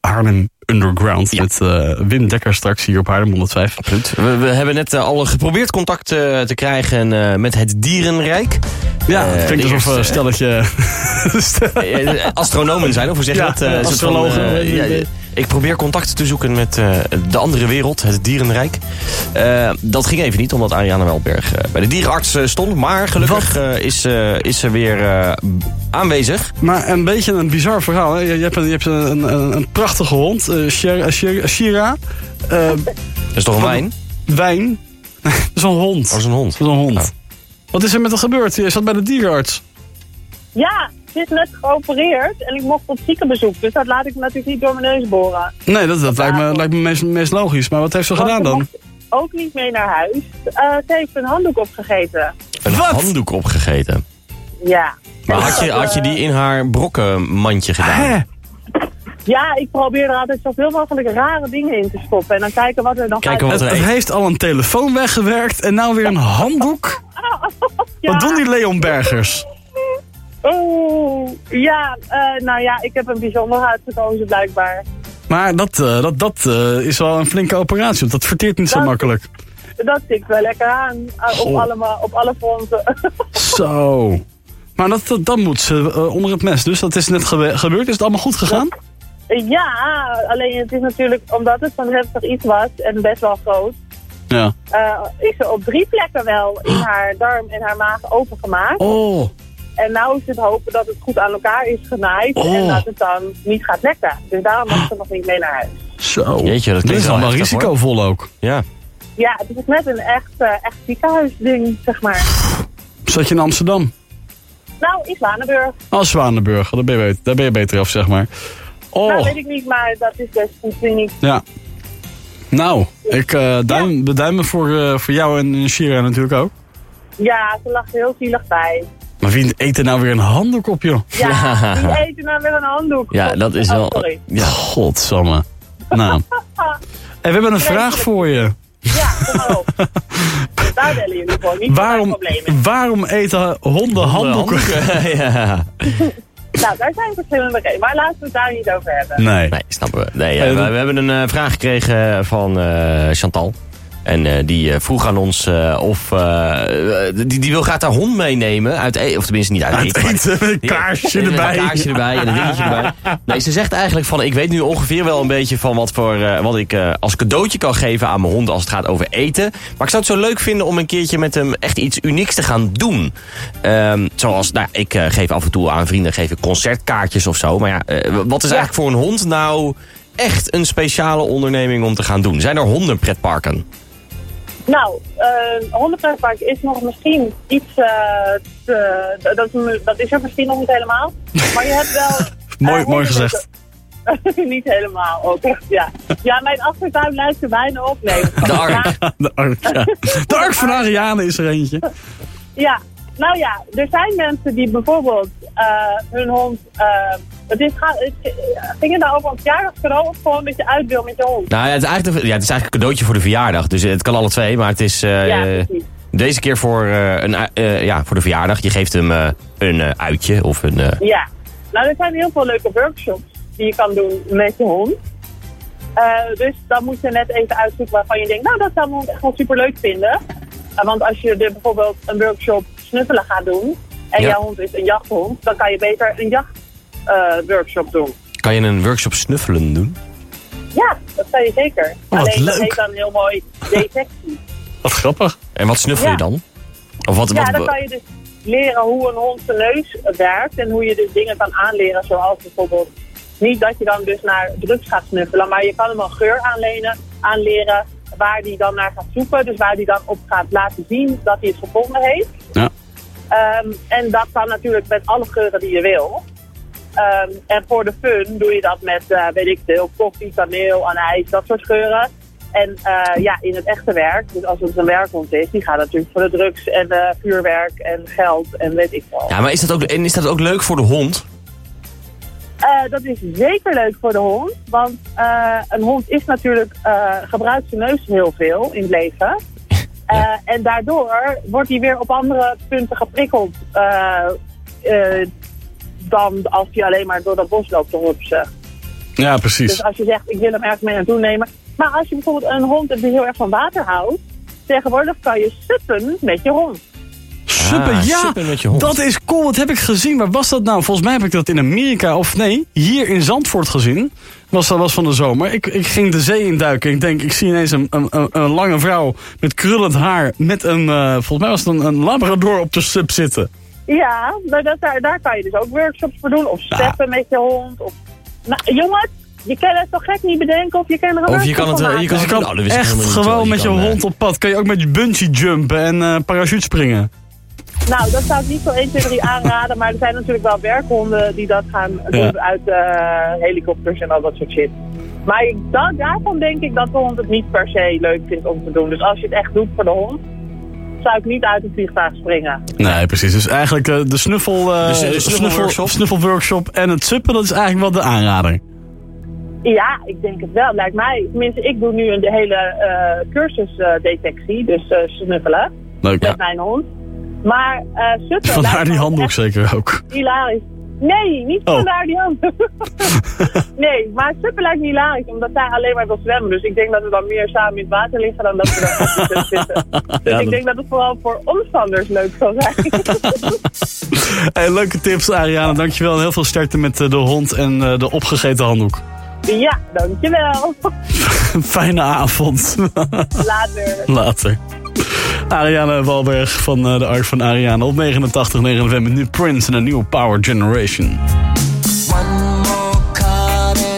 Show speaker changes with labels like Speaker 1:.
Speaker 1: Arnhem Underground. Met eh, Wim Dekker straks hier op Haarlem 105.
Speaker 2: We, we hebben net eh, al geprobeerd contact eh, te krijgen eh, met het Dierenrijk.
Speaker 1: Ja,
Speaker 2: Eh,
Speaker 1: het
Speaker 2: de
Speaker 1: klinkt alsof
Speaker 2: eerste-
Speaker 1: eh, stelletje...
Speaker 2: Eh, astronomen zijn, of hoe zeg je
Speaker 1: Ja,
Speaker 2: dat? Eh,
Speaker 1: ja,
Speaker 2: een soort van,
Speaker 1: astrologen.
Speaker 2: eh, ja, ja. ik probeer contact te zoeken met eh, de andere wereld, het dierenrijk. Eh, dat ging even niet, omdat Ariana Welberg eh, bij de dierenarts eh, stond. Maar gelukkig eh, is, eh, is ze weer eh, aanwezig.
Speaker 1: Maar een beetje een bizar verhaal. Hè? Je, je hebt, een, je hebt een, een, een prachtige hond, eh, Shira, Shira, Shira, eh,
Speaker 2: Dat is toch een
Speaker 1: Wat-
Speaker 2: wijn?
Speaker 1: wijn. Dat is een hond.
Speaker 2: Als een hond.
Speaker 1: Oh, Dat is een hond.
Speaker 2: Oh.
Speaker 1: Wat is er met haar gebeurd? Je zat bij de dierenarts.
Speaker 3: Ja, ze is net geopereerd en ik mocht op ziekenbezoek. Dus dat laat ik natuurlijk niet door mijn neus boren.
Speaker 1: Nee, dat, dat lijkt me, lijkt me meest, meest logisch. Maar wat heeft ze gedaan
Speaker 3: Want ze
Speaker 1: dan?
Speaker 3: mocht Ook niet mee naar huis. Eh, ze heeft een handdoek opgegeten.
Speaker 2: Een
Speaker 1: Wat?
Speaker 2: handdoek opgegeten.
Speaker 3: Ja.
Speaker 2: Maar
Speaker 3: En
Speaker 2: had je,
Speaker 3: dat,
Speaker 2: had je
Speaker 3: eh,
Speaker 2: die in haar brokkenmandje gedaan?
Speaker 1: Hè?
Speaker 3: Ja, ik probeer er altijd zoveel mogelijk rare dingen in te stoppen. En dan kijken wat er dan
Speaker 2: Kijken
Speaker 3: gaat.
Speaker 2: wat
Speaker 1: Het,
Speaker 2: er
Speaker 1: het
Speaker 2: eet.
Speaker 1: heeft al een telefoon weggewerkt en nou weer een handdoek. Wat doen die Leon Bergers?
Speaker 3: Oeh, Oh, ja, eh, nou ja, ik heb een bijzonder uitgekozen blijkbaar.
Speaker 1: Maar dat, eh, dat, dat eh, is wel een flinke operatie. want Dat verteert niet zo
Speaker 3: Dat-
Speaker 1: makkelijk.
Speaker 3: Dat tikt wel lekker aan. eh, op,
Speaker 1: Goh.
Speaker 3: allemaal, op alle fronten.
Speaker 1: Zo. Maar dat, dat, dan moet ze eh, onder het mes. Dus dat is net gewe- gebeurd. Is het allemaal goed gegaan?
Speaker 3: ja, alleen het is natuurlijk, omdat het zo'n heftig iets was en best wel groot,
Speaker 1: Ja.
Speaker 3: eh, is ze op drie plekken wel in
Speaker 2: Ah.
Speaker 3: haar darm en haar maag opengemaakt.
Speaker 1: Oh.
Speaker 3: En nou is het hopen dat het goed aan elkaar is genaaid en
Speaker 1: Oh.
Speaker 3: dat het dan niet gaat lekken. Dus daarom mag ze nog niet mee naar huis.
Speaker 1: Zo.
Speaker 2: Jeetje, dat
Speaker 1: Dit
Speaker 2: klinkt
Speaker 1: is
Speaker 2: wel
Speaker 1: allemaal
Speaker 2: heftig, hoor.
Speaker 1: risicovol ook.
Speaker 2: Ja.
Speaker 3: Ja, het is net een echt, eh, echt ziekenhuisding, zeg maar.
Speaker 1: Zat je in Amsterdam?
Speaker 3: Nou, in
Speaker 2: Oh.
Speaker 3: Zwanenburg.
Speaker 1: Ah, Zwanenburg. Daar ben je, bet- daar ben je beter af, zeg maar.
Speaker 3: Nou,
Speaker 1: Oh.
Speaker 3: weet ik niet, maar dat is best een kliniek.
Speaker 1: Ja. Nou, ik eh duim, de duimen voor, eh, voor jou en en Shira natuurlijk ook.
Speaker 3: Ja, ze lag er heel zielig bij.
Speaker 1: Maar wie eet er nou weer een handdoek op, joh?
Speaker 3: Ja, die eten nou weer een handdoek.
Speaker 2: ja, dat is
Speaker 3: Oh,
Speaker 2: wel...
Speaker 3: sorry.
Speaker 1: Ja, godsamme. Nou. En we hebben een vraag voor je.
Speaker 3: Ja, kom maar op. Daar bellen jullie voor, niet
Speaker 1: Waarom,
Speaker 3: voor mijn problemen.
Speaker 1: waarom eten honden handdoeken?
Speaker 2: ja.
Speaker 3: Nou, daar zijn verschillende redenen, maar laten we het daar niet over hebben.
Speaker 1: Nee.
Speaker 2: Nee, snappen we. Nee, eh,
Speaker 1: Eh,
Speaker 2: we, we hebben een eh, vraag gekregen van eh, Chantal. En eh, die eh, vroeg aan ons eh, of... eh, eh, die, die wil gaat haar hond meenemen. Uit e- of tenminste niet uit,
Speaker 1: Uit
Speaker 2: eten. maar-
Speaker 1: eten, met een
Speaker 2: Ja,
Speaker 1: kaarsje
Speaker 2: met
Speaker 1: erbij.
Speaker 2: Een kaarsje erbij en een dingetje erbij. Nee, ze zegt eigenlijk van... Ik weet nu ongeveer wel een beetje van wat, voor, eh, wat ik eh, als cadeautje kan geven aan mijn hond... als het gaat over eten. Maar ik zou het zo leuk vinden om een keertje met hem echt iets unieks te gaan doen. Ehm, zoals, nou, ik eh, geef af en toe aan vrienden geef ik concertkaartjes of zo. Maar ja, eh, wat is eigenlijk voor een hond nou... Echt een speciale onderneming om te gaan doen. Zijn er honden pretparken?
Speaker 3: Nou, eh hondenpretpark is nog misschien iets... eh, te- dat- dat, dat is er misschien nog niet helemaal. Maar je hebt wel...
Speaker 1: Mooi- mooi
Speaker 3: eh, honden-
Speaker 1: gezegd.
Speaker 3: niet helemaal, ook echt, ja. Ja, mijn achtertuin lijkt er bijna op. Nee, dat kan
Speaker 2: De
Speaker 3: niet.
Speaker 2: ark.
Speaker 3: Maar-
Speaker 1: De ark, ja. De ark van Ariane is er eentje.
Speaker 3: Ja, nou ja, er zijn mensen die bijvoorbeeld eh, hun hond... eh het is, ga- het ging het nou over een verjaardagscadeau of gewoon dat je uit wil met je hond?
Speaker 2: Nou ja, het is eigenlijk, een- ja, het is eigenlijk een cadeautje voor de verjaardag. Dus het kan alle twee, maar het is... eh,
Speaker 3: ja, precies.
Speaker 2: Deze keer voor, eh, een, u- eh, ja, voor de verjaardag. Je geeft hem eh, een eh, uitje of een... eh,
Speaker 3: Ja. Nou, er zijn heel veel leuke workshops die je kan doen met je hond. Eh, dus dan moet je net even uitzoeken waarvan je denkt, nou, dat zou mijn hond echt wel superleuk vinden. Eh, want als je er bijvoorbeeld een workshop snuffelen gaat doen en
Speaker 2: Ja.
Speaker 3: jouw hond is een jachthond, dan kan je beter een jachtworkshop workshop doen.
Speaker 2: kan je een workshop snuffelen doen?
Speaker 3: Ja, dat kan je zeker.
Speaker 1: Oh, wat
Speaker 3: Alleen dat
Speaker 1: leuk.
Speaker 3: heet dan heel mooi detectie.
Speaker 1: Wat grappig.
Speaker 2: En wat snuffel je
Speaker 3: Ja.
Speaker 2: dan? Of wat,
Speaker 3: ja,
Speaker 2: wat,
Speaker 3: dan kan je dus leren hoe een hond zijn neus werkt en hoe je dus dingen kan aanleren, zoals bijvoorbeeld niet dat je dan dus naar drugs gaat snuffelen, maar je kan hem een geur aanlenen, aanleren waar die dan naar gaat zoeken, dus waar die dan op gaat laten zien dat hij het gevonden heeft.
Speaker 1: Ja.
Speaker 3: Ehm, en dat kan natuurlijk met alle geuren die je wil. Ehm, en voor de fun doe je dat met, eh, weet ik veel, koffie, kaneel, anijs, dat soort geuren. En eh, ja, in het echte werk, dus als het een werkhond is, die gaat natuurlijk voor de drugs en eh, vuurwerk en geld en weet ik wel.
Speaker 2: ja, maar is dat, ook, en is dat ook leuk voor de hond?
Speaker 3: Eh, dat is zeker leuk voor de hond, want eh, een hond is natuurlijk, eh, gebruikt zijn neus heel veel in het leven. Eh, en daardoor wordt hij weer op andere punten geprikkeld eh, eh, dan als hij alleen maar door dat bos loopt te hupsen.
Speaker 1: Ja, precies.
Speaker 3: Dus als je zegt, ik wil hem ergens mee naartoe nemen. Maar als je bijvoorbeeld een hond hebt die heel erg van water houdt, tegenwoordig kan je suppen met je hond.
Speaker 1: Suppen,
Speaker 2: Ah,
Speaker 1: ja.
Speaker 2: suppen met je hond.
Speaker 1: Dat is cool. Dat heb ik gezien. Waar was dat nou? Volgens mij heb ik dat in Amerika of nee, hier in Zandvoort gezien. Was dat was van de zomer. Ik, ik ging de zee induiken. Ik denk, ik zie ineens een, een, een- een lange vrouw met krullend haar. Met een, eh, volgens mij was het een, een labrador op de sub zitten.
Speaker 3: Ja, maar dat, daar, daar kan je dus ook workshops voor doen. Of
Speaker 2: Ah.
Speaker 3: steppen met je hond. Of... Nou, jongens, je kan het toch gek niet bedenken of je kan er een
Speaker 2: je
Speaker 3: workshop
Speaker 2: kan het,
Speaker 3: van
Speaker 2: eh, je
Speaker 3: maken.
Speaker 2: kan
Speaker 1: Dus je
Speaker 2: Oh, nou,
Speaker 1: kan
Speaker 2: dat wist ik
Speaker 1: echt
Speaker 2: helemaal niet,
Speaker 1: gewoon
Speaker 2: hoor. Je
Speaker 1: met je
Speaker 2: kan, eh,
Speaker 1: hond op pad. Kan je ook met bungee jumpen en eh parachute springen.
Speaker 3: Nou, dat zou ik niet zo 1, 2, 3 aanraden. Maar er zijn natuurlijk wel werkhonden die dat gaan
Speaker 1: Ja.
Speaker 3: doen uit eh, helikopters en al dat soort shit. Maar ik, da- daarvan denk ik dat de hond het niet per se leuk vindt om te doen. Dus als je het echt doet voor de hond, zou ik niet uit het vliegtuig springen.
Speaker 1: Nee, precies. Dus eigenlijk eh, de snuffel, eh,
Speaker 2: Dus, eh, de snuffelworkshop.
Speaker 1: snuffelworkshop en het suppen, dat is eigenlijk wel de aanrader.
Speaker 3: Ja, ik denk het wel. Lijkt mij. Tenminste, ik doe nu een de hele eh, cursus cursusdetectie, dus eh, snuffelen.
Speaker 1: Leuk.
Speaker 3: met mijn hond. Maar eh suppen...
Speaker 1: Vandaar
Speaker 3: lijkt
Speaker 1: die
Speaker 3: me
Speaker 1: handdoek
Speaker 3: echt
Speaker 1: zeker ook.
Speaker 3: hilarisch. Nee, niet
Speaker 1: Oh.
Speaker 3: vandaar die handdoek. nee, maar suppen lijkt me hilarisch, omdat zij alleen maar wil zwemmen. Dus ik denk dat we dan meer samen in het water liggen dan dat we daar op de sub zitten. Dus
Speaker 1: Ja,
Speaker 3: ik
Speaker 1: dat-
Speaker 3: denk dat het vooral voor omstanders leuk zal zijn.
Speaker 1: Hey, leuke tips, Ariane. Dankjewel. En heel veel sterkte met eh, de hond en eh, de opgegeten handdoek.
Speaker 3: ja, dankjewel.
Speaker 1: Een fijne avond.
Speaker 3: Later.
Speaker 1: Later. Ariane Walberg van eh, de Ark van Ariane op 89.9 FM. met Nu Prince en een nieuwe Power Generation.